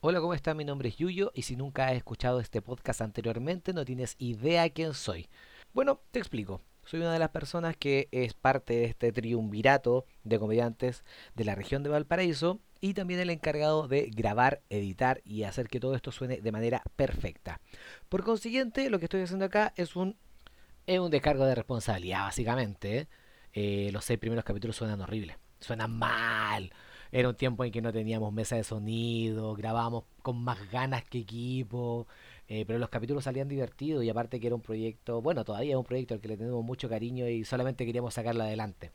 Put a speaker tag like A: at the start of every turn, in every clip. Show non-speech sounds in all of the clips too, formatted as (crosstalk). A: Hola, ¿cómo está? Mi nombre es Yuyo y si nunca has escuchado este podcast anteriormente no tienes idea quién soy. Bueno, te explico. Soy una de las personas que es parte de este triunvirato de comediantes de la región de Valparaíso y también el encargado de grabar, editar y hacer que todo esto suene de manera perfecta. Por consiguiente, lo que estoy haciendo acá es un, es un descargo de responsabilidad, básicamente. ¿eh? Eh, los seis primeros capítulos suenan horribles, suenan mal. Era un tiempo en que no teníamos mesa de sonido, grabábamos con más ganas que equipo, eh, pero los capítulos salían divertidos y aparte que era un proyecto, bueno, todavía es un proyecto al que le tenemos mucho cariño y solamente queríamos sacarlo adelante.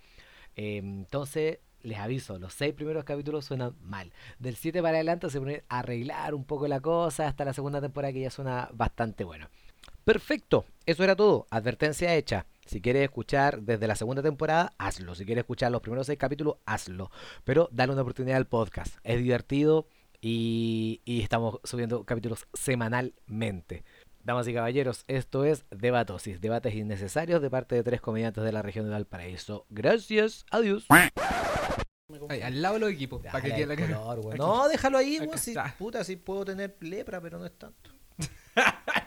A: Eh, entonces, les aviso, los seis primeros capítulos suenan mal. Del 7 para adelante se pone a arreglar un poco la cosa hasta la segunda temporada que ya suena bastante bueno. Perfecto, eso era todo. Advertencia hecha. Si quieres escuchar desde la segunda temporada, hazlo. Si quieres escuchar los primeros seis capítulos, hazlo. Pero dale una oportunidad al podcast. Es divertido y, y estamos subiendo capítulos semanalmente. Damas y caballeros, esto es Debatosis, debates innecesarios de parte de tres comediantes de la región de Valparaíso. Gracias, adiós.
B: Ahí, al lado de los equipos, para que
A: Dale
B: quede la
A: el
B: cara.
A: color, weón.
B: Aquí.
A: No, déjalo ahí, weón,
B: Acá
A: si-
B: está.
A: puta, si puedo tener lepra, pero no es
B: (laughs)
A: tanto.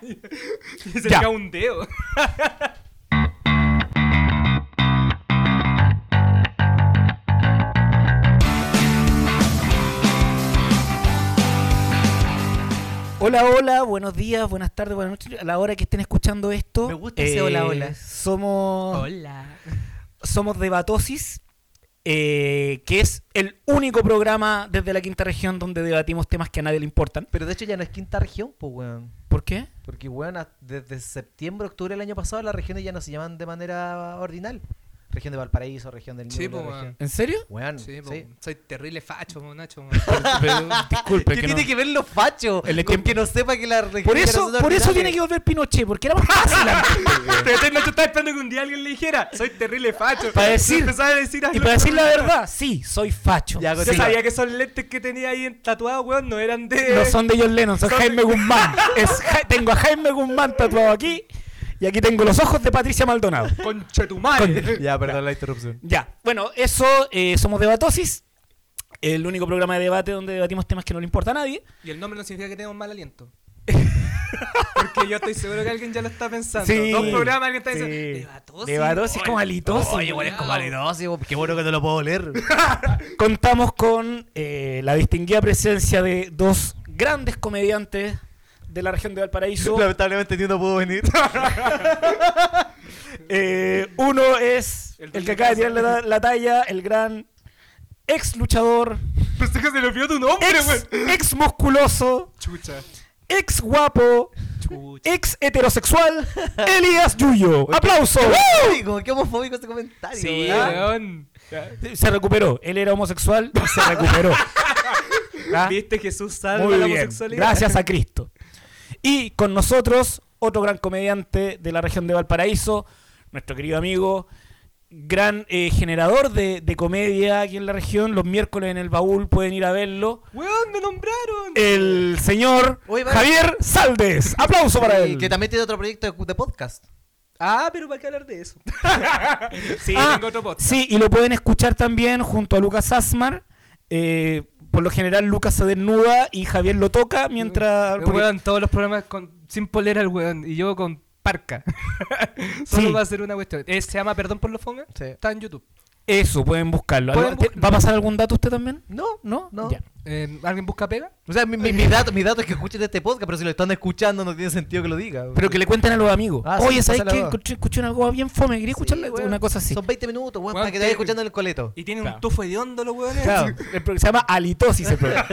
B: Y se
A: Ya.
B: cae un dedo.
C: Hola, hola, buenos días, buenas tardes, buenas noches. A la hora que estén escuchando esto. Eh,
A: Me gusta ese hola, hola.
C: Somos,
B: Hola.
C: somos de Batosis, eh, que es el único programa desde la quinta región donde debatimos temas que a nadie le importan.
A: Pero de hecho ya no es quinta región, pues, weón.
C: ¿Por qué?
A: Porque, weón, a- desde septiembre, octubre del año pasado, las regiones ya no se llaman de manera ordinal. Región de Valparaíso, región del
B: Sí,
A: Ñuble,
B: po,
A: región-
C: ¿En serio?
A: Weón,
B: Sí,
A: sí.
B: po, soy terrible facho, po, Nacho. po. (laughs)
C: Pero, disculpe,
A: ¿Qué
C: (laughs) que no-
A: tiene que ver los fachos?
C: El
A: con
C: ejemplo-
A: que no sepa que la región
C: Por
A: ya no
C: eso,
A: son
C: por eso
A: ordinales.
C: tiene que volver Pinochet, porque era más (laughs) fácil.
B: Este Nacho estaba esperando que un día alguien le dijera, soy terrible facho.
C: Para decir-
B: Empezaba a decir
C: y
B: hazlo.
C: para decir la verdad, sí, soy facho.
A: Ya,
C: Sí.
B: Yo
A: sí.
B: sabía que esos lentes que tenía ahí en- tatuados, weón, no eran de.
C: No son de John Lennon, son
B: Son de- (laughs)
C: Jaime Guzmán. Es Ja- tengo a Jaime Guzmán tatuado aquí y aquí tengo los ojos de Patricia Maldonado.
B: Conchetumare.
A: Ya, perdón la interrupción.
C: Ya, bueno, eso eh, somos Debatosis, el único programa de debate donde debatimos temas que no le importa a nadie.
B: Y el nombre no significa que tengamos mal (laughs) aliento. Porque yo estoy seguro que alguien ya lo está pensando.
C: Sí.
B: Dos programas alguien está
C: Sí.
B: diciendo. Debatosis.
C: Debatosis como halitosis.
B: Oye, weón, es como alidosis.
A: qué bueno que no lo puedo leer.
C: Contamos con eh, la distinguida presencia de dos grandes comediantes de la región de Valparaíso.
A: Lamentablemente (laughs) yo no puedo (laughs) venir.
C: Eh, uno es
B: El
C: el,
B: dueño
C: que acaba de
B: de casa.
C: tirar la, la talla, el gran ex luchador,
B: Pensé que se le olvidó tu nombre,
C: ex,
B: weón.
C: ex musculoso,
B: Chucha.
C: ex guapo,
B: Chucha.
C: ex heterosexual, Elías Yuyo. ¡Aplauso!
A: Como que homofóbico ese comentario.
B: Sí,
A: weón.
B: weón.
C: Se recuperó. Él era homosexual y se recuperó. ¿Ah?
B: ¿Viste Jesús salva
C: Muy
B: la
C: bien.
B: homosexualidad?
C: Gracias a Cristo. Y con nosotros, otro gran comediante de la región de Valparaíso, nuestro querido amigo, gran eh, generador de, de comedia aquí en la región. Los miércoles en el baúl pueden ir a verlo.
B: (laughs) Weón, me nombraron.
C: Eh. El señor
A: Oye, vale.
C: Javier Saldes. Aplauso para
A: Y
C: él.
A: Que también tiene otro proyecto de, de podcast.
B: Ah, pero para qué hablar de
C: (laughs)
B: eso. sí,
C: Ah,
B: tengo otro podcast.
C: Sí, y lo pueden escuchar también junto a Lucas Asmar. Eh, por lo general, Lucas se desnuda y Javier lo toca mientras.
A: Mm,
B: El
C: porque-
B: Eh, weón, todos los programas con, sin polera el weón. Y yo con parca. (laughs) Solo
C: Sí.
B: va a ser una cuestión. Eh, se llama Perdón por los fongas.
A: Sí.
B: Está en YouTube.
C: Eso, pueden buscarlo.
B: Pueden
C: ¿Algo- te-
B: buscarlo.
C: ¿Va a pasar algún dato usted también?
A: No,
C: ¿No?
A: No.
C: Ya.
B: Eh, ¿Alguien busca pega?
A: O sea, (laughs) mi, mi- mi dato, mi dato es que escuchen este podcast, pero si lo están escuchando no tiene sentido que lo diga.
C: Pero que le cuenten a los amigos.
A: Ah, sí,
C: Oye, ¿sabes
A: pásala
C: qué?
A: abajo.
C: Escuché, escuché una cosa bien fome. Quería
A: Sí,
C: escucharla.
A: weón.
C: una cosa así.
A: Son 20 minutos, weón,
B: Weón,
A: para que te vayas
B: te-
A: escuchando en el coleto.
B: Y tiene
C: Claro.
B: un tufo hediondo los weones. (laughs)
C: (laughs) Claro, el pro- se llama halitosis el programa.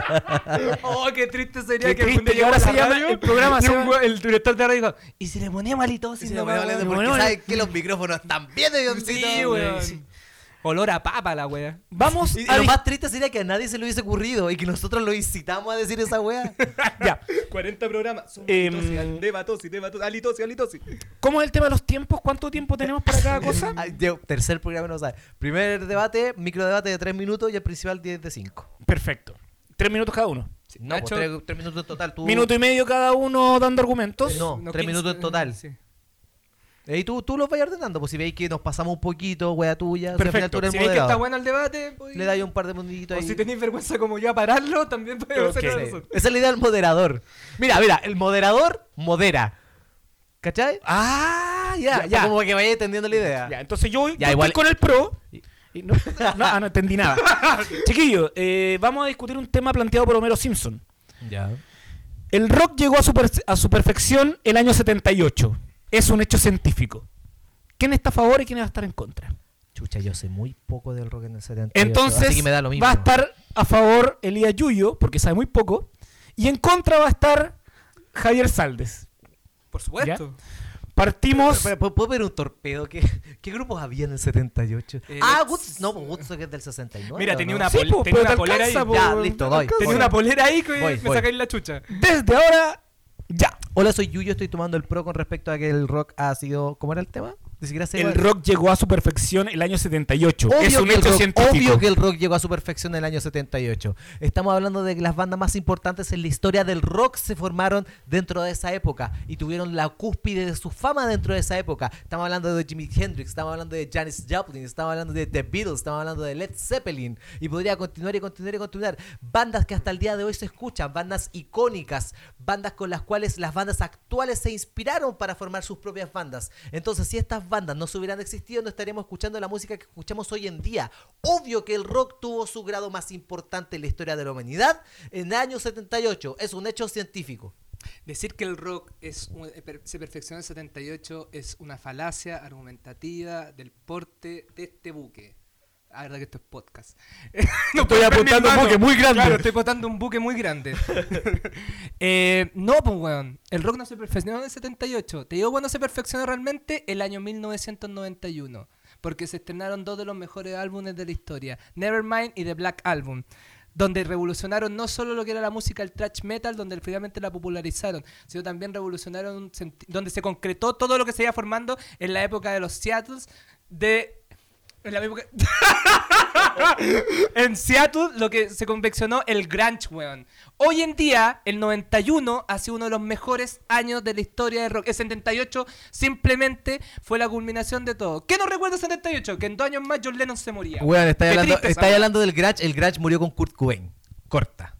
A: (laughs)
B: oh, qué triste sería
C: Qué
B: que algún
C: triste,
B: día
C: y
B: llegue
C: ahora
B: a
C: se
B: la
C: llama-
B: radio
C: el programa
B: y
C: se
B: un
C: llama-
B: weón- el director de radio dijo, y si le ponemos halitosis,
A: Sí,
B: no
A: no, weón,
B: weón?
A: porque
C: bueno,
A: saben que los micrófonos están bien hedionditos,
B: Sí, weón. Olor a papa la wea.
C: Vamos
A: Y, y
C: a
A: lo
C: dis-
A: más triste sería que a nadie se le hubiese ocurrido y que nosotros lo incitamos a decir esa weá.
C: (laughs) ya.
B: 40 programas. Son
C: Em,
B: halitosis, debatosis, debatosis, halitosis, halitosis.
C: ¿Cómo es el tema de los tiempos? ¿Cuánto tiempo tenemos para
B: (laughs)
C: cada cosa?
A: Ah, yo, tercer programa no sabe. Primer debate, micro debate de 3 minutos y el principal 10 de 5.
C: Perfecto. Tres minutos cada uno.
A: No,
D: pues,
B: Nacho-
A: 3, minutos en total. Tú...
C: Minuto y medio cada uno dando argumentos.
A: No, tres
B: quince-
A: minutos en total.
B: sí.
D: Y tú, tú los vayas ordenando, pues si veis que nos pasamos un poquito, wea tuya,
C: Perfecto.
D: si
B: Si
D: al final tú
B: veis que
D: eres
B: está
D: moderado,
B: bueno el debate, pues,
D: le dais un par de munditos
B: o
D: ahí.
B: si tenéis vergüenza como yo a pararlo, también podemos
C: Ok.
B: hacerlo
D: Sí.
B: nosotros.
D: Esa (laughs) es la idea del moderador. Mira, mira, el moderador modera. ¿Cachai?
C: Ah,
D: Ya,
C: ya,
D: pa'
C: ya.
D: Como que vaya entendiendo la idea.
C: Ya, entonces yo, yo
D: igual-
C: estoy con el pro. y no, no, ah, no entendí nada. Chiquillo, eh, vamos a discutir un tema planteado por Homero Simpson.
D: Ya.
C: El rock llegó a su, per- a su perfección el año 78. Es un hecho científico. ¿Quién está a favor y quién va a estar en contra?
D: Chucha, yo sé muy poco del rock en el 78.
C: Entonces,
D: así que me da lo mismo.
C: va a estar a favor Elías Yuyo, porque sabe muy poco. Y en contra va a estar Javier Saldes.
B: Por supuesto.
C: Partimos.
D: Pero, pero, ¿Puedo ver un torpedo? ¿Qué, qué grupos había en el 78?
B: Eh,
D: ah,
B: Woodstock.
D: Woodstock. No, pues Woodstock es del 69.
B: Mira,
D: ¿o
B: tenía
D: no? pues,
B: una,
C: Sí,
B: pol-
C: po,
B: tenía
C: pero
B: una
C: te
B: polera ahí.
C: alcanza, po.
D: Ya, listo, doy.
C: Tenía
B: Tenía
D: Voy.
B: una polera ahí que me
D: Voy, voy.
B: sacáis la chucha.
C: Desde ahora, ya.
D: Hola, soy Yuyo, estoy tomando el pro con respecto a que el rock ha sido... ¿Cómo era el tema? Ni siquiera sé.
C: El rock llegó a su perfección el año 78.
D: Obvio
C: es un
D: que el
C: hecho
D: rock-
C: científico.
D: Obvio que el rock llegó a su perfección en el año 78. Estamos hablando de que las bandas más importantes en la historia del rock se formaron dentro de esa época y tuvieron la cúspide de su fama dentro de esa época. Estamos hablando de Jimi Hendrix, estamos hablando de Janis Joplin, estamos hablando de The Beatles, estamos hablando de Led Zeppelin y podría continuar y continuar y continuar. Bandas que hasta el día de hoy se escuchan, bandas icónicas, bandas con las cuales las bandas actuales se inspiraron para formar sus propias bandas. Entonces, si estas bandas no se hubieran existido, no estaríamos escuchando la música que escuchamos hoy en día. Obvio que el rock tuvo su grado más importante en la historia de la humanidad en el año 78. Es un hecho científico.
B: Decir que el rock es un- eh, per- se perfeccionó en 78 es una falacia argumentativa del porte de este buque. La verdad que esto es podcast. no
C: (laughs) (laughs) Estoy
B: puedo ver
C: apuntando
B: mis
C: un
B: manos.
C: buque muy grande.
B: Claro, estoy apuntando un buque muy
C: (laughs)
B: grande. (laughs) Eh, no, pues, weón. El rock no se perfeccionó en el 78. Te digo, bueno, se perfeccionó realmente el año 1991. Porque se estrenaron dos de los mejores álbumes de la historia: Nevermind y The Black Album. Donde revolucionaron no solo lo que era la música, el thrash metal, donde finalmente la popularizaron, sino también revolucionaron, un senti- donde se concretó todo lo que se iba formando en la época de los Seattles, de en la época- (laughs) en Seattle lo que se convencionó el grunge, weón. Hoy en día, el 91 ha sido uno de los mejores años de la historia de rock. El 78 simplemente fue la culminación de todo. ¿Qué nos recuerda el 78? Que en dos años más John Lennon se moría.
D: Weón,
B: Qué
D: estáis hablando,
B: tristeza,
D: estáis
B: weón.
D: hablando del grunge. El grunge murió con Kurt Cobain. Corta.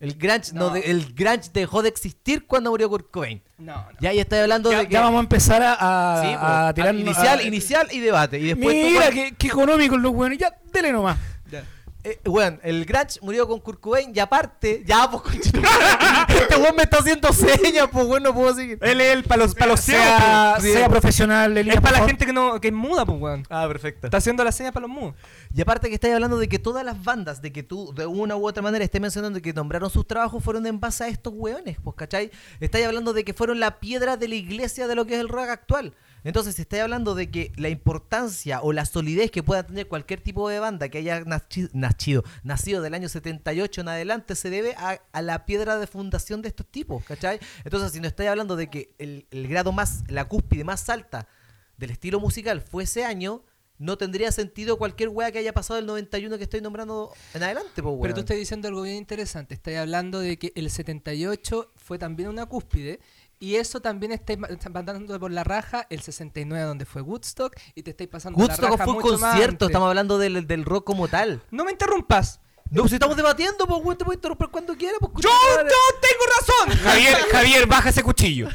D: El grunge, no.
B: No.
D: de- el grunge dejó de existir cuando murió Kurt Cobain.
B: No, no.
D: Ya, y estáis hablando
C: Ya,
D: de que...
C: ya vamos a empezar a, a-
D: Sí, pues,
C: a
D: po. Ah,
C: tirar.
D: inicial,
C: a-
D: inicial y debate. Y después tú,
C: Mira,
D: weón,
C: qué, qué económicos los buenos. Ya, dele nomás.
B: Ya.
D: Eh, weón, el Granch murió con Kurt Cobain y aparte, ya, pues, (laughs)
C: Ah,
D: conchetumare, Este weón me está haciendo señas, pues, weón, no puedo seguir.
C: Él es el para los, pa' los pues.
B: Sí,
C: sea,
D: po. Sí,
C: sea
D: po.
C: profesional. Elías,
B: Es para
C: por
B: la
C: favor.
B: gente que, no, que es muda, pues, weón.
D: Ah, perfecto.
B: Está haciendo la seña para los mudos.
D: Y aparte que estáis hablando de que todas las bandas, de que tú de una u otra manera estés mencionando que nombraron sus trabajos, fueron en base a estos weones, pues, ¿cachai? Estáis hablando de que fueron la piedra de la iglesia de lo que es el rock actual. Entonces, estáis hablando de que la importancia o la solidez que pueda tener cualquier tipo de banda que haya nachi- nacido, nacido del año 78 en adelante se debe a, a la piedra de fundación de estos tipos, ¿cachai? Entonces, si no estáis hablando de que el, el grado más, la cúspide más alta del estilo musical fue ese año, no tendría sentido cualquier weá que haya pasado el 91 que estoy nombrando en adelante, po,
B: Pero
D: weón.
B: tú estás diciendo algo bien interesante. Estás hablando de que el 78 fue también una cúspide. Y eso también estáis ma- está mandando por la raja el 69, donde fue Woodstock. Y te estáis pasando la
D: Woodstock
B: raja
D: fue un
B: mucho más
D: concierto,
B: antes.
D: estamos hablando del, del rock como tal.
B: No me interrumpas.
D: No, si estamos debatiendo, pues weón, te puedes interrumpir cuando quieras, pues
B: ¡Yo, yo tengo razón!
C: Javier, (laughs) Javier, baja ese cuchillo.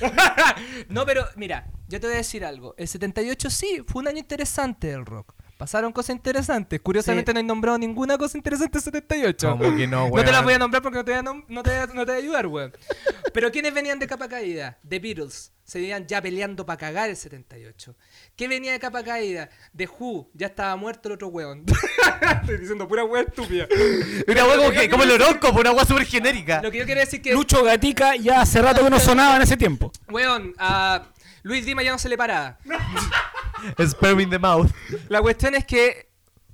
B: no, pero mira, yo te voy a decir algo. El 78 sí, fue un año interesante del rock. Pasaron cosas interesantes. Curiosamente
D: Sí.
B: no he nombrado ninguna cosa interesante en 78.
D: ¿Cómo que
B: (laughs)
D: no,
B: No te las
D: weón?
B: voy a nombrar porque no te voy a, nom- no te voy a- no te voy a ayudar, weón. Pero ¿quiénes venían de capa caída? The Beatles. Se venían ya peleando para cagar el 78. ¿Qué venía de capa caída? The Who. Ya estaba muerto el otro weón. (laughs) Estoy diciendo pura weón estúpida.
D: Una weá como, que- como el horóscopo, una weá súper genérica.
B: Lo que yo quiero decir que...
C: Lucho Gatica ya hace rato que no sonaba en ese tiempo.
B: Weón, a Luis Dima ya no se le paraba.
D: Sperm in the mouth.
B: La cuestión es que.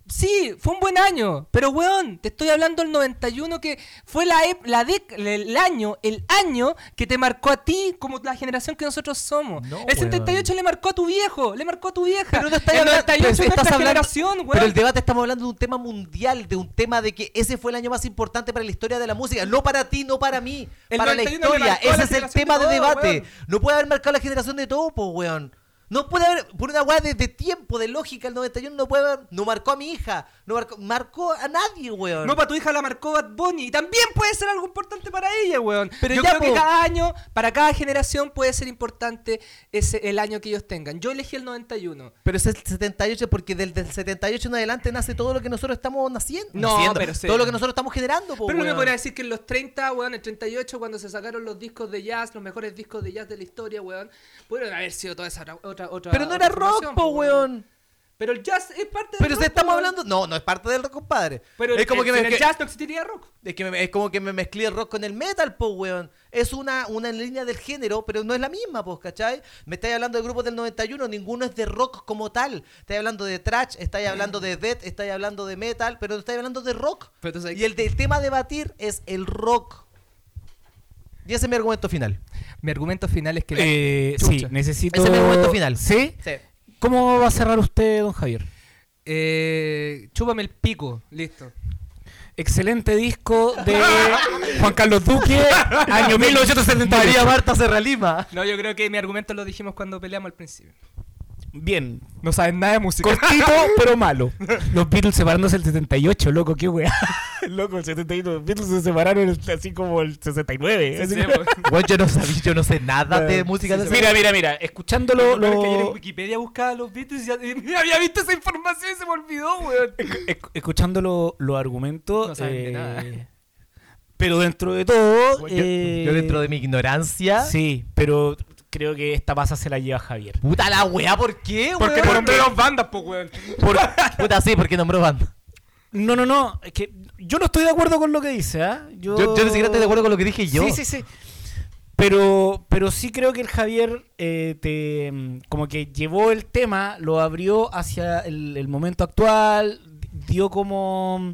B: Sí, fue un buen año, pero weón, te estoy hablando del 91 que fue la, ep- la dec- el año, el año que te marcó a ti como la generación que nosotros somos.
D: No,
B: el 78 le marcó a tu viejo, le marcó a tu vieja.
D: Pero no estás
B: el
D: hablando-
B: 98 es
D: pero
B: nuestra
D: estás hablando-
B: generación, weón.
D: Pero el debate estamos hablando de un tema mundial, de un tema de que ese fue el año más importante para la historia de la música. No para ti, no para mí,
B: El
D: para la
B: 91 le
D: historia.
B: marcó a la
D: Ese es el
B: generación
D: tema
B: de
D: de,
B: todo,
D: debate.
B: weón.
D: No puede haber marcado la generación de todo, po, weón. No puede haber, por una weá de, de tiempo, de lógica, el 91 no puede haber. No marcó a mi hija, no marcó, marcó a nadie, weón.
B: No, para tu hija la marcó Bad Bunny. Y también puede ser algo importante para ella, weón.
D: Pero
B: Pero Yo
D: ya,
B: creo que
D: po.
B: cada año, para cada generación, puede ser importante ese, el año que ellos tengan. Yo elegí el 91.
D: Pero es el 78 porque del, del 78 en adelante nace todo lo que nosotros estamos naciendo.
B: No,
D: naciendo,
B: pero sí.
D: Todo lo que nosotros estamos generando, po,
B: Pero no me
D: weón.
B: podrá decir que en los 30, weón, en 38, cuando se sacaron los discos de jazz, los mejores discos de jazz de la historia, weón, pudieron haber sido toda esa otra- otra. otra
D: Pero no
B: otra
D: era rock,
B: formación,
D: po, weón.
B: Pero el jazz es parte del Este
D: Pero
B: rock,
D: si estamos
B: weón.
D: hablando. No, no es parte del rock, compadre.
B: Pero
D: es como
B: el-
D: que me.
B: sin el
D: que-
B: jazz no existiría rock.
D: Es, que me, es como que me mezclé el rock con el metal, po, weón. Es una, una línea del género, pero no es la misma, po, ¿cachai? Me estáis hablando de grupos del 91, ninguno es de rock como tal. Estáis hablando de thrash, estáis hablando de death, estáis hablando de metal, pero no estáis hablando de rock.
B: Pero tú sabes-
D: Y el, del tema a debatir es el rock. Y ese es mi argumento final.
B: Mi argumento final es que.
C: Eh, sí,
B: Chucha.
C: necesito.
D: Ese es mi momento final.
C: ¿Sí?
D: Sí.
C: ¿Cómo va a cerrar usted, don Javier?
B: Eh, chúpame el pico, listo.
C: Excelente disco (laughs) de Juan Carlos Duque, (laughs) año 1970.
D: María Marta Serralima.
B: No, yo creo que mi argumento lo dijimos cuando peleamos al principio.
C: Bien.
B: No saben nada de música.
D: (laughs)
C: Cortito, pero malo. Los Beatles separándose el 78, loco, qué weá. (laughs) Loco, el 78. Los Beatles se separaron el- así como el 69. (laughs) así como-
D: Bueno, yo no sabía, yo no sé nada de
C: Bueno,
D: pues. música de
C: mira, mira, mira. Escuchándolo.
B: Lo, que ayer en
C: (laughs) Lo,
B: Wikipedia buscaba los Beatles y ya- (laughs) y había visto esa información y se me olvidó, weón.
C: esc- escuchando lo- los argumentos.
B: No saben de nada.
C: Pero dentro de todo. eh,
D: Yo,
B: eh,
D: yo dentro de mi ignorancia.
C: Sí, pero creo que esta pasa se la lleva Javier.
D: Puta la weá, ¿por qué, weón?
B: Porque por dos bandas, pues, weón.
D: Puta, sí, porque nombró banda.
C: No, no, no. Es que yo no estoy de acuerdo con lo que dice, ¿ah?
D: Yo, yo ni siquiera estoy de acuerdo con lo que dije yo.
C: Sí, sí, sí. Pero, pero sí creo que el Javier eh, te, mm, como que llevó el tema, lo abrió hacia el, el momento actual, di- dio como mm,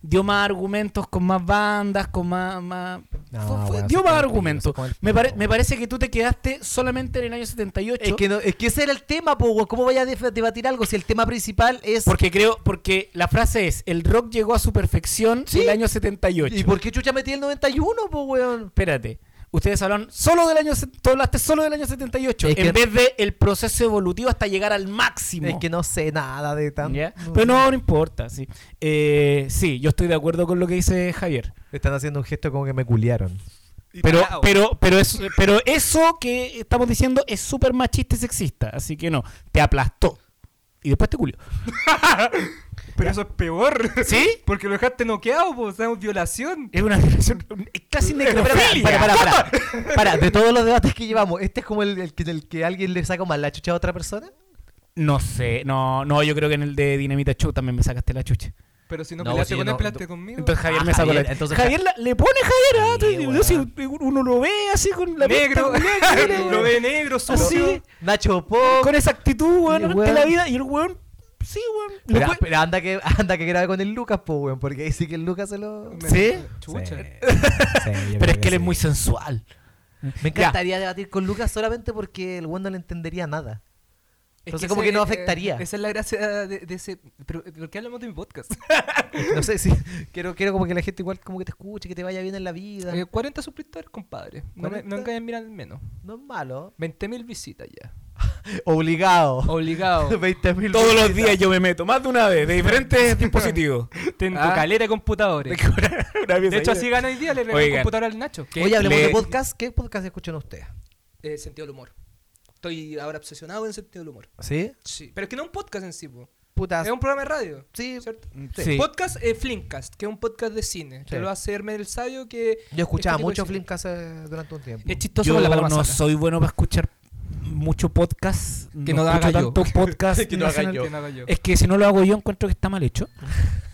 C: dio más argumentos con más bandas, con más, más-
D: No,
C: fue- fue-
D: Ah, bueno,
C: dio
D: se
C: más
D: come el
C: argumentos.
D: pico, se come el
C: Me, pare-
D: pico.
C: me parece que tú te quedaste solamente en el año 78.
D: Es que, no- es que ese era el tema, po, weón. ¿Cómo vaya a def- debatir algo si el tema principal es.
C: Porque creo, porque la frase es, el rock llegó a su perfección
D: Sí.
C: el año 78.
D: ¿Y por qué chucha metí el 91, po, weón?
C: Espérate. Ustedes hablaron solo del año, se- tú hablaste solo del año 78,
D: Es que-
C: en vez de el proceso evolutivo hasta llegar al máximo.
D: Es que no sé nada de tan. Mm.
C: ¿Ya? Pero no, no importa, sí. Eh, sí, yo estoy de acuerdo con lo que dice Javier.
D: Están haciendo un gesto como que me culiaron.
C: Pero, pero, pero, eso, pero eso que estamos diciendo es súper machista y sexista, así que no, te aplastó. Y después te culió.
B: Pero eso es peor.
C: ¿Sí?
B: (laughs) Porque lo dejaste noqueado, pues, o sea, es violación.
C: Es una relación es casi necrofilia.
D: Para, para, para, para. Para, de todos los debates que llevamos, ¿este es como el, el que, el que alguien le saca mal la chucha a otra persona?
C: No sé, no, no, yo creo que en el de Dinamita Show también me sacaste la chucha.
B: Pero si no,
D: No,
B: peleaste
D: si yo
B: con él,
D: no-
B: peleaste
D: no-
B: conmigo.
C: Entonces Javier
D: Ah,
C: me sacó
D: Javier,
C: la
D: entonces
C: Javier la- le pone Javier, ¿ah?
D: Sí,
C: Yo
D: weón.
C: sí, uno lo ve así con la
B: negro,
C: pinta, (laughs)
B: (laughs)
C: weón, que tiene,
B: lo
C: weón.
B: ve negro,
D: Ah,
B: sucio.
C: Así.
D: Nacho Po.
C: Ah, con esa actitud, weón,
D: Sí,
C: ante
D: weón.
C: la vida. Y el weón, sí, weón. lo
D: Pero,
C: cue-
D: pero anda que anda que grabe con el Lucas, po, weón, porque ahí sí que el Lucas se lo.
B: Me-
C: ¿Sí?
B: Chucha.
C: pero es que él es muy sensual.
D: Me encantaría debatir con Lucas solamente porque el weón no le entendería nada.
B: Es
D: Entonces como que
B: ese-
D: no afectaría.
B: Esa es la gracia de, de ese... Pero, eh, ¿por qué hablamos de mi podcast?
D: No sé si (laughs) quiero quiero como que la gente igual como que te escuche, que te vaya bien en la vida.
B: Eh, 40 suscriptores, compadre. No, me,
D: 40.
B: no engañen, miran al menos.
D: No es malo.
B: 20.000 visitas ya.
D: Obligado.
B: Obligado.
D: (laughs) 20.000
C: Todos los
D: visitas.
C: días yo me meto, más de una vez, de diferentes (laughs) dispositivos.
B: Ten tu
C: Ah.
B: calera de computadores. De hecho, así gana hoy día, le regalé un
C: Oigan.
B: computador al Nacho.
D: Oye, hablemos
C: Le-
D: de podcast. ¿Qué podcast escuchan ustedes?
B: Eh, sentido del humor. Estoy ahora obsesionado en sentido del humor.
D: ¿Sí?
B: Sí. Pero es que no es un podcast en sí, po.
D: Putas.
B: Es un programa de radio.
D: Sí.
B: ¿Cierto?
C: Sí.
B: Podcast eh, Flimcast, que es un podcast de cine.
D: Sí.
B: Que lo hace Hermes del Sabio, que...
D: Yo
B: este
D: escuchaba
B: tipo de
D: mucho
B: cine.
D: Flimcast eh, durante un tiempo.
B: Es chistoso
C: Yo
B: con la palabra
C: no
B: mala.
C: soy bueno para escuchar mucho podcast.
B: Que no haga
C: escucho
B: yo.
C: (laughs) tanto podcast.
D: Que no haga
C: nacional.
D: yo.
B: (laughs) Que no haga yo.
C: Es que si no lo hago yo encuentro que está mal
D: (laughs)
C: hecho.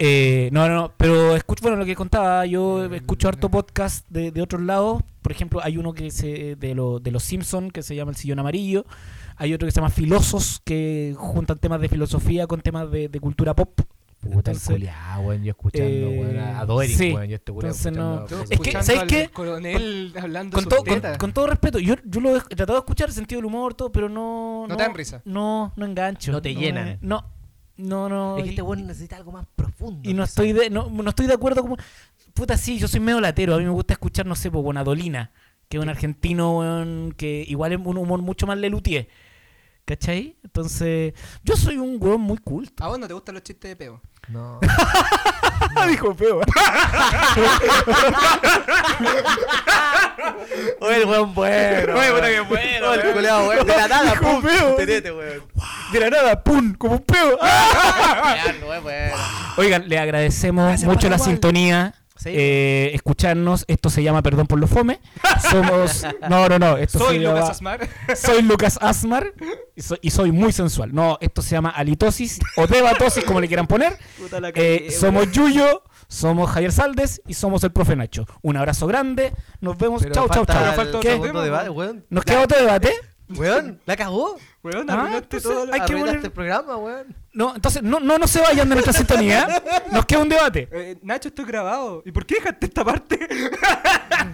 C: Eh, no, no, no, pero escucho, bueno, lo que contaba, yo
D: Eh,
C: escucho harto podcast de, de otros lados. Por ejemplo, hay uno que se, de, lo- de los Simpsons que se llama El Sillón Amarillo. Hay otro que se llama Filosos, que juntan temas de filosofía con temas de, de cultura pop.
D: Puta el
C: Entonces,
D: culiao, weón. Yo escuchando,
C: eh,
D: weón, a Doris,
C: sí.
D: weón. Yo este culiao
C: Entonces no-
D: escuchando a-
C: Es que,
B: Escuchando
C: ¿sabes
B: al
C: qué?
B: Coronel hablando
C: Con,
B: sus
C: todo- con-
B: tetas.
C: con todo respeto, yo, yo lo he tratado de escuchar, sentido del humor, todo, pero no.
B: No te dan risa.
C: No, no engancho.
D: No te llenan.
C: me- No, no, no.
D: Es que
C: y-
D: este weón necesita algo más profundo.
C: Y no estoy de, no, no estoy de acuerdo como... Puta, sí, yo soy medio latero. A mí me gusta escuchar, no sé, pues, Bonadolina, que es un argentino weón, que igual es un humor mucho más lelutier. ¿Cachai? Entonces, yo soy un weón muy (laughs) culto.
B: ¿A vos no te gustan los chistes de peo?
D: No.
C: Dijo feo.
D: Oye, el weón bueno.
C: Oye, puta que
D: weón.
C: bueno,
D: Oye, el
C: weón.
D: culeado bueno. De la nada,
C: Hijo
B: (laughs)
D: pum.
C: mío.
D: Tenete, weón.
C: De la nada, ¡pum! Como un peo.
B: Ah,
D: Ya, no es bueno.
C: (laughs) Oigan, le agradecemos
B: Gracias,
C: mucho la
B: Paraguay.
C: sintonía.
D: Sí.
C: eh, escucharnos, esto se llama Perdón por los (laughs) Fome. Somos. No, no, no. Esto
B: Soy
C: se llama-
B: Lucas
C: (laughs)
B: Asmar.
C: Soy Lucas Asmar y so- y soy muy sensual. No, esto se llama halitosis o debatosis, como le quieran poner.
B: Puta la
C: Eh,
B: cagué,
C: somos Yuyo, somos Javier Saldes y somos el profe Nacho. Un abrazo grande, nos vemos.
D: Pero
C: chau, chau,
D: falta
C: chau.
D: el
B: falta
C: ¿Qué?
D: segundo debate, weón.
C: ¿Nos queda otro debate?
D: Weón, la cagó.
B: Weón,
C: Ah,
B: arruinaste
C: entonces
B: todo. lo-
C: hay que
D: Arruinaste
C: poner-
D: el programa, weón.
C: No, entonces no, no, no se vayan de nuestra (laughs) sintonía. Nos queda un debate.
B: Eh, Nacho, esto es grabado. ¿Y por qué dejaste esta parte? (laughs)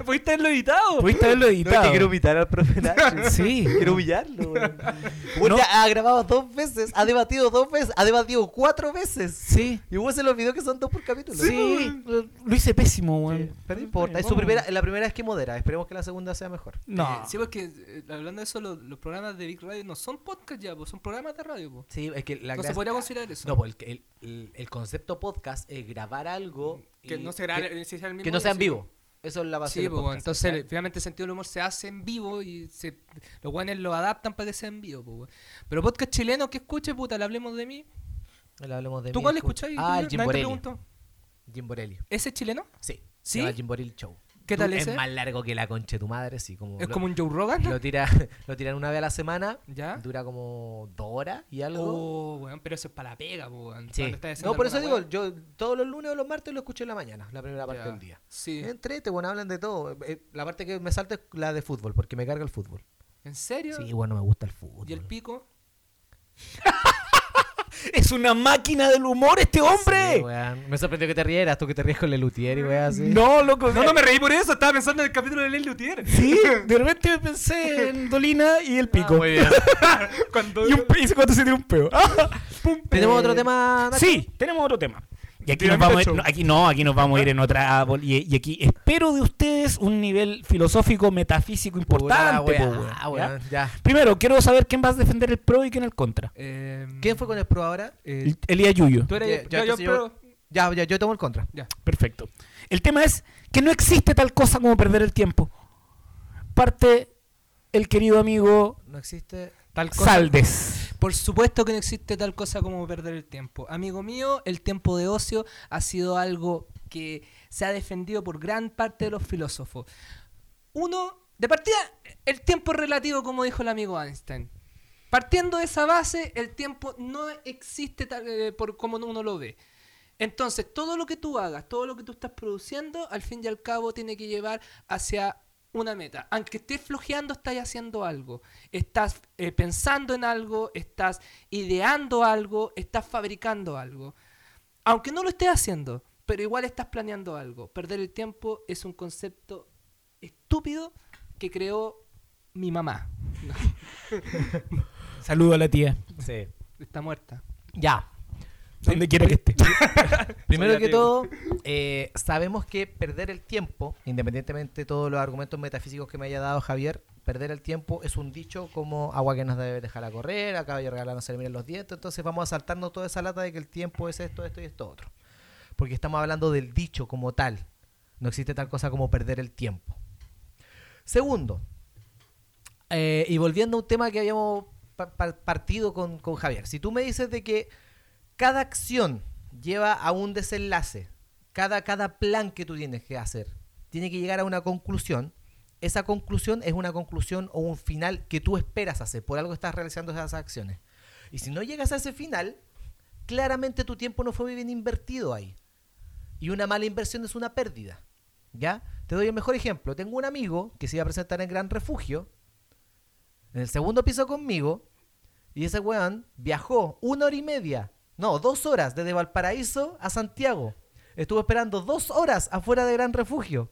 B: Pudiste haberlo editado.
C: Pudiste haberlo editado.
D: humillar al
B: (laughs)
D: profe Nacho.
C: Sí.
D: Quiero humillarlo, weón.
C: No.
D: Weón ya ha grabado dos veces, ha debatido dos veces, ha debatido cuatro veces.
C: Sí.
D: Y weón se lo olvidó que son dos por capítulo.
C: Sí. Lo hice pésimo, weón.
D: Pero no importa, es su primera, la primera vez que modera. Esperemos que la segunda sea mejor.
C: No.
B: Eh, sí, porque eh, hablando de eso, lo- los programas de Big Radio no son podcast ya, po, son programas de radio. po.
D: Sí, es que la
B: No se
D: gracia-
B: podría considerar eso.
D: No, pues el, el- el concepto podcast es grabar algo
B: que
D: y-
B: no se grabe eh,
D: que,
B: si sea el mismo
D: que no
B: día,
D: sea en
B: sí, po.
D: vivo. Eso es la base
B: Sí,
D: del
B: po,
D: podcast,
B: entonces
D: ¿cachai?
B: le- finalmente el sentido del humor se hace en vivo y se, los guanes lo adaptan para que sea en vivo. po, weón. Pero podcast chileno que escuche, puta, le hablemos de mí.
D: Le hablemos de
B: ¿Tú
D: mí,
B: cuál
D: escucha-
B: escucháis?
D: Ah,
B: Julio?
D: el Jim
B: Nadie te
D: Borelli.
B: preguntó.
D: Jim Borelli.
B: ¿Ese es chileno?
D: Sí.
B: ¿Sí?
D: Se llama Jim Borelli Show.
B: ¿Qué tal
D: Tú-
B: ese?
D: Es más largo que la concha de tu madre, sí. Como
B: ¿Es
D: lo,
B: como un Joe Rogan?
D: lo tira, (laughs) lo tiran una vez a la semana.
B: ¿Ya?
D: Dura como dos horas y algo.
B: Oh, weón, pero eso es para la pega, po, weón.
D: Sí.
B: Cuando estás haciendo
D: No, por eso digo,
B: alguna
D: yo todos los lunes o los martes lo escucho en la mañana, la primera
B: weá.
D: parte
B: Ya.
D: del día. ¿Eh?
B: Sí.
D: Entrete, bueno, hablan de todo. Eh, La parte que me salta es la de fútbol, porque me carga el fútbol.
B: ¿En serio?
D: Sí, bueno, me gusta el fútbol.
B: ¿Y el pico?
C: Es una máquina del humor este hombre.
D: Sí, weón. Me sorprendió que te rieras, tú que te ríes con Lelutier y weón así.
C: No, loco.
B: No, no me reí por eso, estaba pensando en el capítulo de Ley Lutier.
C: (laughs) Sí, de repente (laughs) pensé en Dolina y el pico.
B: Cuando
C: y un pe- y cuando se tiró un peo. Ah, (laughs) pum.
D: ¿Tenemos
C: Eh,
D: otro tema, Nacho?
C: Sí, tenemos otro tema. Y aquí
B: Dinamita
C: nos vamos a ir,
B: Show.
C: no, aquí no, aquí nos vamos a ir en otra árbol y, y aquí espero de ustedes un nivel filosófico metafísico
D: Puta la
C: importante.
D: weá,
C: po, weón,
B: Ah,
C: ¿ya?
D: weón, ya.
C: Primero, quiero saber quién va a defender el pro y quién el contra.
B: Eh,
D: ¿Quién fue con el pro ahora?
B: eh,
C: El- Elías Yuyo.
B: Tú eres. Ya,
D: Ya, ya,
B: yo,
D: entonces yo-
B: pero-
D: Ya, ya, yo tomo el contra.
B: Ya.
C: Perfecto. El tema es que no existe tal cosa como perder el tiempo. Parte el querido amigo
D: No existe.
B: Tal cosa.
C: Saldes.
B: Por supuesto que no existe tal cosa como perder el tiempo. Amigo mío, el tiempo de ocio ha sido algo que se ha defendido por gran parte de los filósofos. Uno, de partida, el tiempo es relativo, como dijo el amigo Einstein. Partiendo de esa base, el tiempo no existe tal, eh, por como uno lo ve. Entonces, todo lo que tú hagas, todo lo que tú estás produciendo, al fin y al cabo tiene que llevar hacia una meta. Aunque estés flojeando, estás haciendo algo. Estás eh, pensando en algo, estás ideando algo, estás fabricando algo. Aunque no lo estés haciendo, pero igual estás planeando algo. Perder el tiempo es un concepto estúpido que creó mi mamá.
C: Saludo a la tía.
D: Sí.
B: Está muerta.
D: Ya.
C: Donde quiera que esté.
D: Primero que
B: ateo.
D: todo, eh, sabemos que perder el tiempo, independientemente de todos los argumentos metafísicos que me haya dado Javier, perder el tiempo es un dicho como agua que nos debe dejar a correr, a caballo regalado no se le miran los dientes, entonces vamos a saltarnos toda esa lata de que el tiempo es esto, esto y esto otro. Porque estamos hablando del dicho como tal. No existe tal cosa como perder el tiempo. Segundo, eh, y volviendo a un tema que habíamos pa- pa- partido con, con Javier, si tú me dices de que cada acción lleva a un desenlace, cada, cada plan que tú tienes que hacer tiene que llegar a una conclusión, esa conclusión es una conclusión o un final que tú esperas hacer, por algo estás realizando esas acciones. Y si no llegas a ese final, claramente tu tiempo no fue muy bien invertido ahí. Y una mala inversión es una pérdida. ¿Ya? Te doy el mejor ejemplo. Tengo un amigo que se iba a presentar en Gran Refugio, en el segundo piso conmigo, y ese weón viajó una hora y media, no, dos horas desde Valparaíso a Santiago. Estuvo esperando dos horas afuera de Gran Refugio.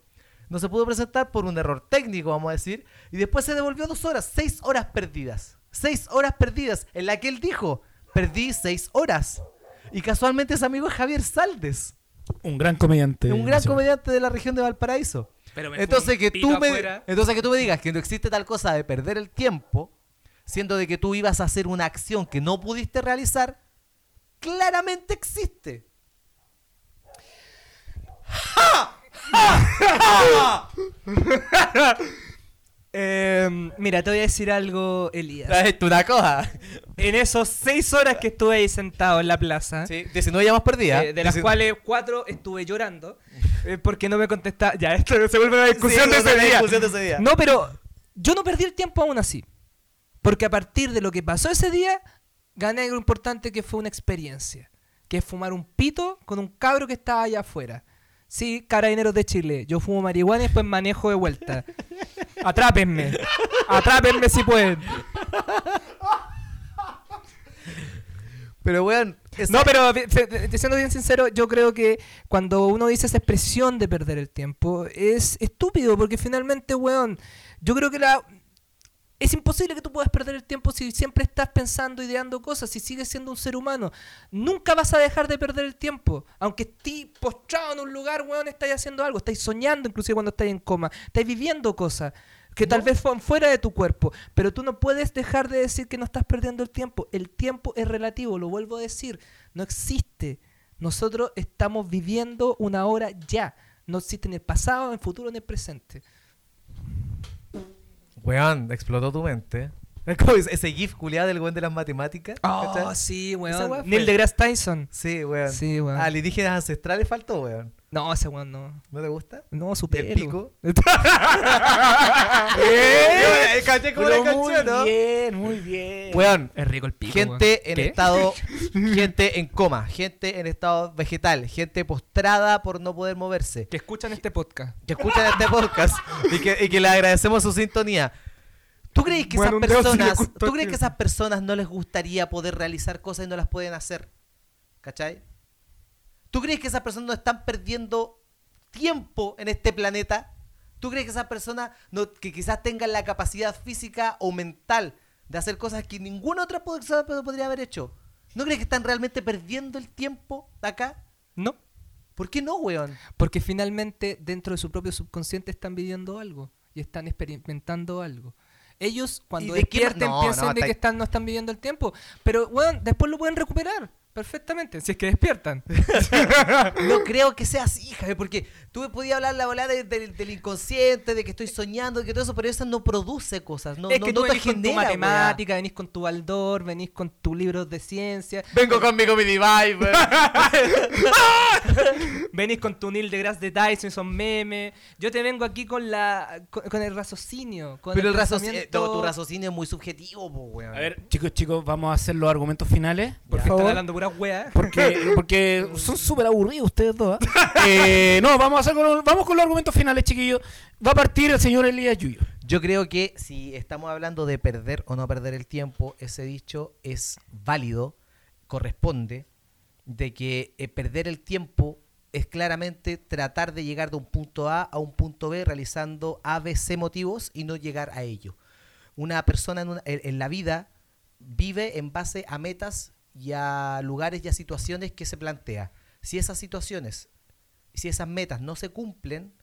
D: No se pudo presentar por un error técnico, vamos a decir, y después se devolvió dos horas, seis horas perdidas. Seis horas perdidas, en la que él dijo, perdí seis horas. Y casualmente ese amigo es Javier Saldes.
C: Un gran comediante.
D: Un gran
C: nacional. (laughs)
D: comediante de la región de Valparaíso.
B: Pero me fui
D: entonces,
B: un
D: que
B: pito
D: tú me,
B: afuera.
D: entonces que tú me digas que no existe tal cosa de perder el tiempo, siendo de que tú ibas a hacer una acción que no pudiste realizar, claramente existe.
B: Eh, mira, te voy a decir algo, Elías.
D: Ah, Es una cosa.
B: En esos seis horas que estuve ahí sentado en la plaza,
D: Sí, 19 llamas perdidas.
B: eh, de las
D: Diecin-
B: cuales cuatro estuve llorando, eh, porque no me contestaba. Ya, esto se vuelve una discusión
D: Sí,
B: de
D: una
B: ese día.
D: discusión de ese día.
B: No, pero yo no perdí el tiempo aún así. Porque a partir de lo que pasó ese día, gané algo importante que fue una experiencia. Que es fumar un pito con un cabro que estaba allá afuera. Sí, carabineros de Chile. Yo fumo marihuana y después manejo de
D: (laughs)
B: vuelta. Atrápenme. Atrápenme si pueden.
D: Pero weón, es-
B: No, pero eh, fe- fe- siendo bien sincero, yo creo que cuando uno dice esa expresión de perder el tiempo, es estúpido, porque finalmente, weón, yo creo que la... Es imposible que tú puedas perder el tiempo si siempre estás pensando, ideando cosas, si sigues siendo un ser humano. Nunca vas a dejar de perder el tiempo. Aunque estés postrado en un lugar, weón, estáis haciendo algo, estáis soñando inclusive cuando estáis en coma, estáis viviendo cosas que tal vez fueron fuera de tu cuerpo, pero tú no puedes dejar de decir que no estás perdiendo el tiempo. El tiempo es relativo, lo vuelvo a decir, no existe. Nosotros estamos viviendo una hora ya. No existe en el pasado, en el futuro, en el presente.
D: Weón, explotó tu mente. Es como ese- ese gif culiado del weón de las matemáticas.
B: Oh,
D: ¿cachai?
B: sí,
D: Esa
B: weón.
D: weá fue.
B: Neil deGrasse Tyson.
D: Sí, weón.
B: Sí, weón.
D: Alienígenas ancestrales faltó, weón.
B: No, ese weón no.
D: ¿No te gusta?
B: No, su
D: ¿Y el
B: pelo. (laughs)
D: pico?
C: ¿Eh?
D: Yo, eh, caché como
C: Pero
D: la
C: muy
D: canción, ¿no?
C: bien, muy bien.
D: Weón,
B: Es rico el pico.
D: gente en
B: ¿Qué? (laughs)
D: estado gente en coma, gente en estado vegetal, gente postrada por no poder moverse.
B: Que escuchan este podcast.
D: Que escuchan este podcast y que, y que le agradecemos su sintonía. ¿Tú crees que
B: Bueno, un
D: esas
B: dedo sí le
D: personas,
B: gustó
D: tú crees
B: que-
D: que esas personas no les gustaría poder realizar cosas y no las pueden hacer? ¿Cachai? ¿Tú crees que esas personas no están perdiendo tiempo en este planeta? ¿Tú crees que esas personas no- que quizás tengan la capacidad física o mental de hacer cosas que ninguna otra persona pod- podría haber hecho? ¿No crees que están realmente perdiendo el tiempo acá?
B: No.
D: ¿Por qué no, weón?
B: Porque finalmente dentro de su propio subconsciente están viviendo algo y están experimentando algo. Ellos cuando
D: de qué ma-
B: despierten
D: No,
B: piensan
D: no,
B: de
D: está-
B: que están, no están viviendo el tiempo, pero bueno, después lo pueden recuperar perfectamente, si es que despiertan.
D: No creo que sea así, Javier, porque tú podías hablar la bola de- de- del inconsciente, de que estoy soñando, de que todo eso, pero eso no produce cosas, (laughs) no,
B: es
D: no,
B: que
D: no
B: tú
D: te
B: venís con tu
D: genera. weá.
B: matemática, venís con tu baldor, venís con tus libros de ciencia,
D: Vengo conmigo mi device.
B: venís con tu Neil deGrasse de Tyson, son memes. Yo te vengo aquí con la con, con el raciocinio, con
D: pero el raciocinio,
B: pensamiento-
D: tu raciocinio es muy subjetivo, po, weón.
C: A ver, chicos, chicos, vamos a hacer los argumentos finales, por
B: Están
C: favor.
B: hablando puras weas.
C: Porque, porque son súper aburridos ustedes dos. ¿ah? Eh, no, vamos a hacer con los- vamos con los argumentos finales, chiquillos. Va a partir el señor Elías Yuyo.
D: Yo creo que si estamos hablando de perder o no perder el tiempo, ese dicho es válido, corresponde, de que eh, perder el tiempo es claramente tratar de llegar de un punto A a un punto B realizando A, B, C motivos y no llegar a ello. Una persona en, una- en- en la vida vive en base a metas y a lugares y a situaciones que se plantea. Si esas situaciones, si esas metas no se cumplen,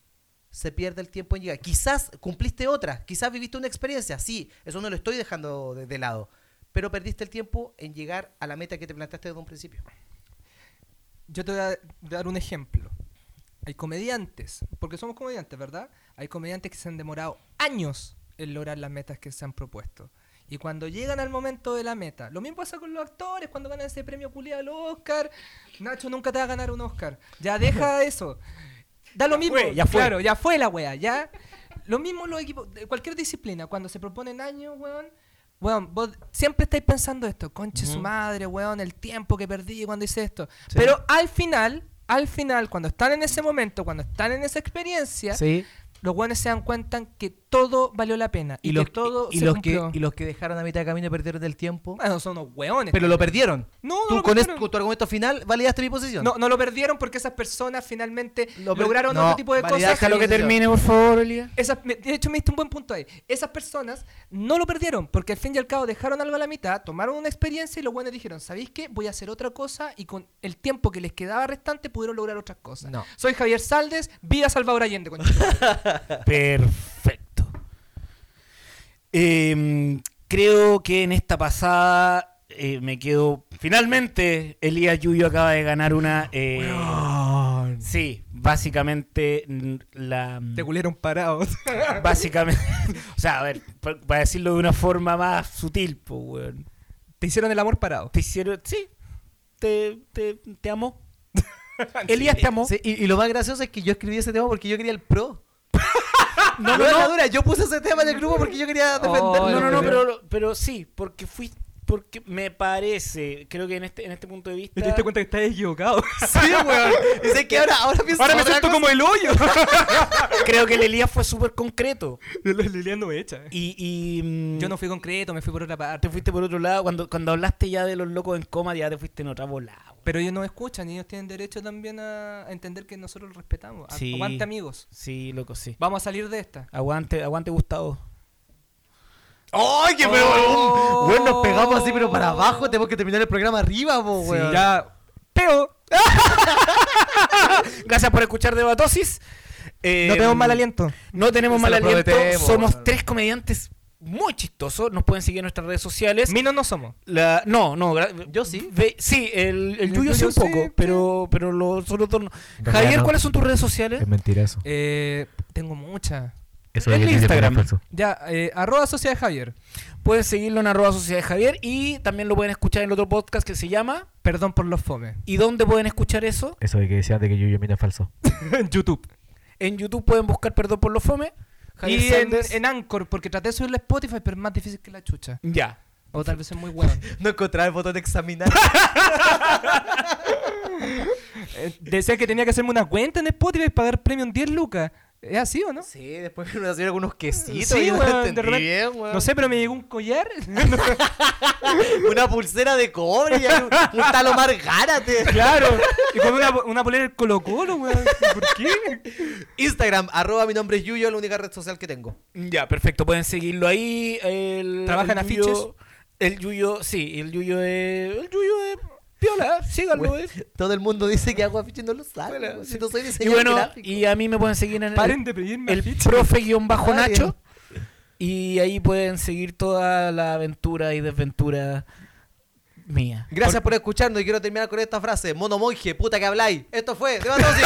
D: se pierde el tiempo en llegar. Quizás cumpliste otra, quizás viviste una experiencia, sí, eso no lo estoy dejando de, de lado, pero perdiste el tiempo en llegar a la meta que te planteaste desde un principio.
B: Yo te voy a dar un ejemplo. Hay comediantes, porque somos comediantes, ¿verdad? Hay comediantes que se han demorado años en lograr las metas que se han propuesto. Y cuando llegan al momento de la meta, lo mismo pasa con los actores, cuando ganan ese premio culiado al Oscar, Nacho nunca te va a ganar un Oscar. Ya
C: (laughs)
B: deja eso. Da lo mismo.
C: fue, ya fue.
B: Claro, ya fue la wea, ya. Lo mismo los equipos, de cualquier disciplina, cuando se proponen años, weón, weón, vos siempre estáis pensando esto, conche su madre, weón, el tiempo que perdí cuando hice esto. Pero al final, al final, cuando están en ese momento, cuando están en esa experiencia,
D: Sí.
B: los weones se dan cuenta que todo valió la pena y,
D: Y,
B: que
D: los,
B: todo
D: y,
B: se
D: los que,
B: cumplió.
D: y los que dejaron a mitad de camino y perdieron el tiempo,
B: Bueno, son unos weones.
D: pero lo perdieron.
B: no, no
D: Tú
B: lo
D: con, es-
B: perdieron.
D: con tu argumento final validaste mi posición.
B: no, no lo perdieron porque esas personas finalmente
D: Lo per-
B: lograron
D: no,
B: otro tipo de
D: validaste
B: cosas.
C: Déjalo que termine, por favor, (laughs) Elías.
B: Esas- me- de hecho, me diste un buen punto ahí. Esas personas no lo perdieron, porque al fin y al cabo dejaron algo a la mitad, tomaron una experiencia y los buenos dijeron, ¿sabéis qué? Voy a hacer otra cosa y con el tiempo que les quedaba restante pudieron lograr otras cosas.
D: No.
B: Soy Javier Saldes, viva Salvador Allende. conchetumare.
C: Perfecto. Eh, Creo que en esta pasada eh, me quedo. Finalmente, Elías Yuyo acaba de ganar una. eh, sí, básicamente mm, la.
B: Te culieron parados.
C: Básicamente. (laughs) o sea, a ver, pa- para decirlo de una forma más sutil, pues, weón.
B: Te hicieron el amor parado.
C: Te hicieron. Sí, te, te,
B: (laughs)
C: te amó. Elías te amó.
D: (laughs) Sí, y, y lo más gracioso es que yo escribí ese tema porque yo quería el pro.
B: (laughs)
C: No, no,
D: Weón, la
C: no.
D: dura, yo puse ese tema en el grupo porque yo quería defenderlo.
B: Oh,
C: No, no,
B: Bueno,
C: no, pero, pero sí, porque fui. Porque me parece, creo que en este, en este punto de vista.
B: Y te diste cuenta que estás (laughs) equivocado.
D: Sí, weón. Y sé que ahora, ahora
B: (laughs)
D: pienso
B: Ahora me
D: otra
B: siento
D: cosa.
B: como el (laughs) hoyo.
C: Creo que el Elías fue súper concreto.
B: Lilian no me echa.
C: Y, y, mm,
B: Yo no fui concreto, me fui por otra parte.
C: te fuiste por otro lado. Cuando, cuando hablaste ya de los locos en coma, ya te fuiste en otra volada. güey.
B: Pero ellos no escuchan y ellos tienen derecho también a a entender que nosotros los respetamos. A-
C: Sí.
B: Aguante, amigos.
C: Sí, loco, sí.
B: Vamos a salir de esta.
C: Aguante, aguante, Gustavo.
D: ¡Ay, qué
B: Oh.
D: weón! Weón, nos pegamos así, pero para abajo. Tenemos que terminar el programa arriba, po,
B: Sí,
D: Oh, weón.
B: ya. Peo.
C: Gracias por escuchar Debatosis. Eh,
B: No tenemos mal aliento.
C: No tenemos
D: Se
C: mal
D: lo
C: aliento.
D: prometemos.
C: Somos tres comediantes muy chistosos. Nos pueden seguir en nuestras redes sociales.
B: Minos no somos.
C: La- no, no. gra-
D: Yo sí.
C: Ve- sí, el, el
B: El
C: Yuyo sí
B: Yuyo
C: un poco,
B: sí,
C: pero, pero los otros dos no.
D: realidad
C: Javier,
D: no.
C: ¿cuáles son tus redes sociales?
D: mentira eso.
B: Eh, tengo muchas.
C: Eso es el Instagram.
B: Ya, eh, arroba Sociedad Javier.
C: Pueden seguirlo en arroba sociedad Javier y también lo pueden escuchar en el otro podcast que se llama.
B: Perdón por los fomes. (laughs)
C: ¿Y dónde pueden escuchar eso?
D: Eso de que decían de que yo mina falso.
B: en YouTube.
C: En YouTube pueden buscar Perdón por los Fome. Javier
B: y en,
C: Sanders.
B: en Anchor, porque traté de subirle a Spotify, pero es más difícil que la chucha.
C: Ya.
B: O tal vez es muy huevón.
D: No encontraba el botón
B: (laughs)
D: de examinar.
B: Eh, decía que tenía que hacerme una cuenta en Spotify y pagar premium 10 lucas. ¿Es así o no?
D: sí,
A: (laughs)
D: después me hacían algunos quesitos.
B: Sí,
D: yo no
B: weón, de
D: entendí
B: repente-
D: bien, weón.
B: No sé, pero me llegó un collar. (laughs)
D: Una pulsera de cobre y un, un talomar gárate.
B: claro. Y con una, una polera del Colo Colo, weón. ¿Por qué?
D: Instagram, arroba mi nombre es Yuyo, la única red social que tengo.
C: Ya, perfecto. Pueden seguirlo ahí. El,
B: ¿Trabaja
C: el
B: en
C: Yuyo-
B: afiches?
C: El Yuyo, sí, el Yuyo es. El Yuyo es. Piola, síganlo. eh.
B: (laughs)
D: Todo el mundo dice que hago afiches y no lo sabe. weón. si no soy
C: Y
D: diseñador
C: bueno,
D: gráfico.
C: y a mí me pueden seguir en el-
B: Paren de pedirme
C: el
B: afiches.
C: profe-nacho. Y ahí pueden seguir toda la aventura y desventura mía.
D: Gracias por escucharnos y quiero terminar con esta frase. Mono monje, puta que habláis. Esto fue. Debatosis.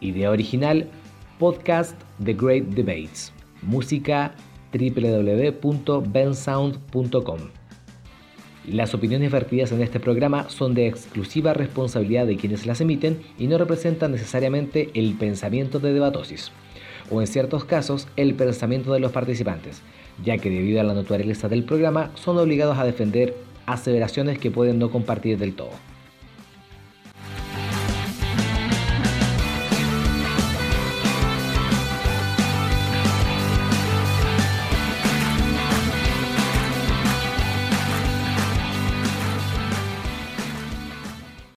A: Idea original, podcast The Great Debates. Música www.bensound.com. Las opiniones vertidas en este programa son de exclusiva responsabilidad de quienes las emiten y no representan necesariamente el pensamiento de Debatosis, o en ciertos casos el pensamiento de los participantes, ya que debido a la naturaleza del programa son obligados a defender aseveraciones que pueden no compartir del todo.